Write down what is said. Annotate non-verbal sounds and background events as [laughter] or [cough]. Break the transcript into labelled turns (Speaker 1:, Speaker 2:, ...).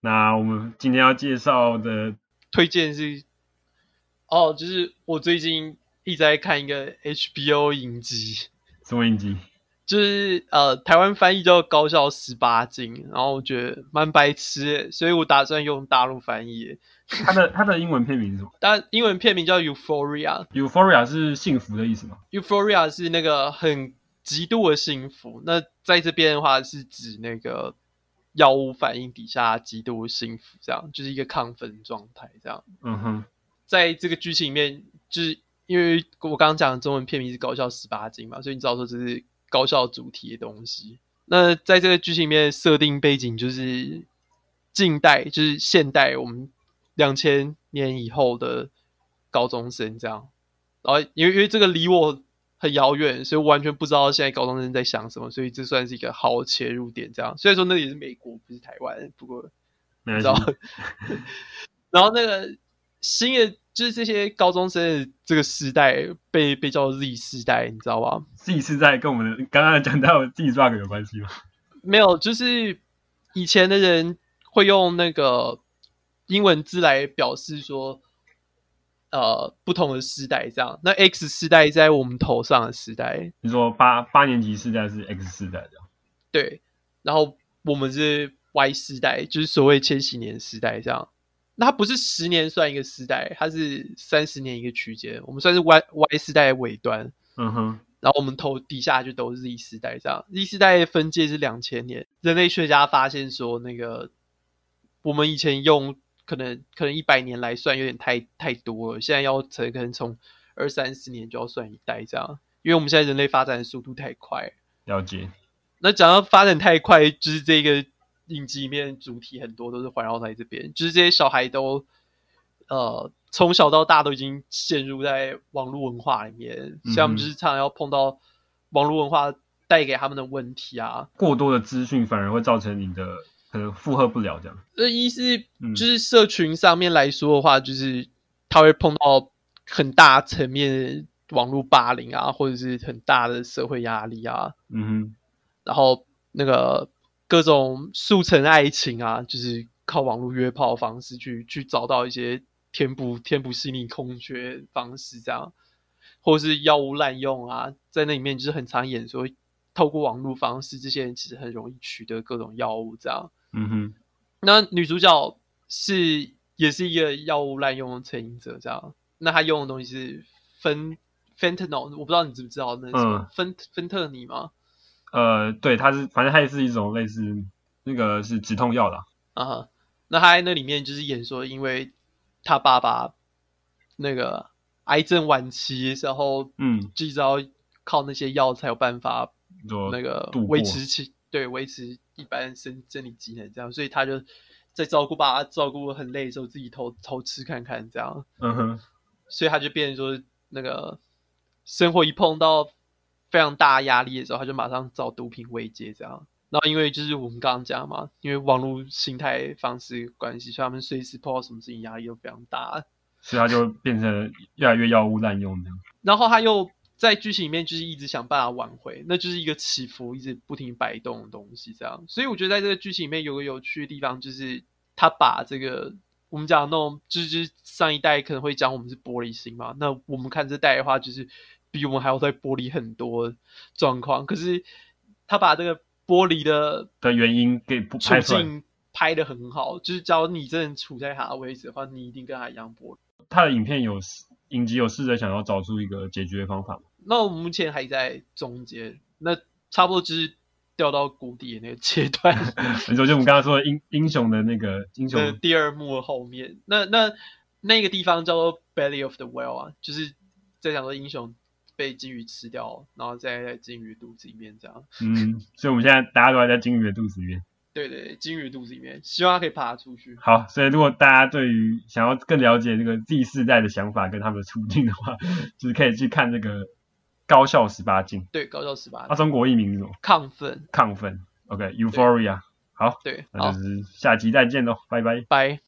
Speaker 1: 那我们今天要介绍的，
Speaker 2: 推荐是哦，就是我最近一直在看一个 HBO 影集，
Speaker 1: 什么影集？
Speaker 2: 就是呃，台湾翻译叫《高校十八禁》，然后我觉得蛮白痴的，所以我打算用大陆翻译。
Speaker 1: 它 [laughs] 的它的英文片名是什么
Speaker 2: 但英文片名叫《Euphoria》
Speaker 1: ？Euphoria 是幸福的意思吗？
Speaker 2: ，Euphoria 是那个很极度的幸福。那在这边的话是指那个药物反应底下极度的幸福，这样就是一个亢奋状态，这样。
Speaker 1: 嗯哼，
Speaker 2: 在这个剧情里面，就是因为我刚刚讲的中文片名是《高校十八禁》嘛，所以你知道说这是高校主题的东西。那在这个剧情里面设定背景就是近代，就是现代我们两千年以后的高中生这样。然后因为因为这个离我很遥远，所以我完全不知道现在高中生在想什么，所以这算是一个好切入点。这样虽然说那也是美国，不是台湾，不过
Speaker 1: 没
Speaker 2: 知道
Speaker 1: 关系。。
Speaker 2: [laughs] 然后那个新的就是这些高中生的这个时代被被叫 Z 世代，你知道吗？
Speaker 1: 自己是在跟我们的刚刚讲到的 D drug 有关系吗？
Speaker 2: 没有，就是以前的人会用那个英文字来表示说，呃，不同的时代这样。那 X 世代在我们头上的时代，
Speaker 1: 你说八八年级世代是 X 世代的，
Speaker 2: 对，然后我们是 Y 世代，就是所谓千禧年时代这样。那它不是十年算一个时代，它是三十年一个区间，我们算是 Y Y 世代的尾端，
Speaker 1: 嗯哼，
Speaker 2: 然后我们头底下就都是 Z 世代这样。Z 世代的分界是两千年，人类学家发现说，那个我们以前用可能可能一百年来算有点太太多了，现在要从可能从二三十年就要算一代这样，因为我们现在人类发展的速度太快了
Speaker 1: 了解。
Speaker 2: 那讲到发展太快，就是这个影集里面主题很多都是环绕在这边，就是这些小孩都呃从小到大都已经陷入在网络文化里面，所以他们就是常常要碰到网络文化带给他们的问题啊。
Speaker 1: 过多的资讯反而会造成你的可能负荷不了这样。
Speaker 2: 那一是
Speaker 1: 嗯
Speaker 2: 就是社群上面来说的话，就是他会碰到很大层面的网络霸凌啊，或者是很大的社会压力啊。
Speaker 1: 嗯哼，
Speaker 2: 然后那个各种速成爱情啊，就是靠网络约炮的方式去去找到一些填补填补心理空缺的方式，这样，或是药物滥用啊，在那里面就是很常演说，透过网络方式，这些人其实很容易取得各种药物这样。
Speaker 1: 嗯哼，
Speaker 2: 那女主角是也是一个药物滥用的成瘾者，这样。那她用的东西是芬 fentanyl，我不知道你知不知道那是什么、芬芬特尼吗？
Speaker 1: 呃，对，它是反正它也是一种类似那个是止痛药啦。
Speaker 2: 啊，那他在那里面就是演说，因为他爸爸那个癌症晚期，然后
Speaker 1: 嗯，
Speaker 2: 就知道靠那些药才有办法
Speaker 1: 做
Speaker 2: 那个
Speaker 1: 度过
Speaker 2: 维持其对维持一般生生理机能这样，所以他就在照顾爸爸照顾得很累的时候，自己偷偷吃看看这样，
Speaker 1: 嗯哼，
Speaker 2: 所以他就变成说那个生活一碰到非常大的压力的时候，他就马上找毒品慰藉这样。然后因为就是我们刚刚讲嘛，因为网络心态方式关系，所以他们随时碰到什么事情压力都非常大。
Speaker 1: 所以它就变成越来越药物滥用这样。
Speaker 2: 然后他又在剧情里面就是一直想办法挽回，那就是一个起伏，一直不停摆动的东西这样。所以我觉得在这个剧情里面有个有趣的地方，就是他把这个我们讲的那种，就是就是上一代可能会讲我们是玻璃心嘛，那我们看这代的话，就是比我们还要再玻璃很多状况。可是他把这个玻璃的
Speaker 1: 的原因给不
Speaker 2: 处
Speaker 1: 拍出来，
Speaker 2: 境拍的很好，就是假如你真的处在他的位置的话，你一定跟他一样玻璃。
Speaker 1: 它的影片有影集有试着想要找出一个解决方法
Speaker 2: [laughs]
Speaker 1: 嘛。
Speaker 2: 那我们目前还在中间，那差不多就是掉到谷底的那个阶段
Speaker 1: [laughs] 你说就我们刚刚说的英英雄的那个英雄
Speaker 2: 的第二幕的后面，那那那个地方叫做 Belly of the Whale 啊，就是在讲说英雄被金鱼吃掉，然后再在金鱼肚子里面这样。
Speaker 1: 嗯，所以我们现在大家都还在金鱼的肚子里面。
Speaker 2: 对对，对金鱼肚子里面，希望它可以爬出去。
Speaker 1: 好，所以如果大家对于想要更了解这个第四代的想法跟他们的处境的
Speaker 2: [laughs]
Speaker 1: 话，就是可以去看那个《高校十八禁》，
Speaker 2: 对，高校十八
Speaker 1: 它、，中国译名是什么？
Speaker 2: 亢奋。
Speaker 1: 亢奋。OK，Euphoria、好，
Speaker 2: 对，
Speaker 1: 那
Speaker 2: 好
Speaker 1: 就，是下集再见喽，拜拜。
Speaker 2: 拜。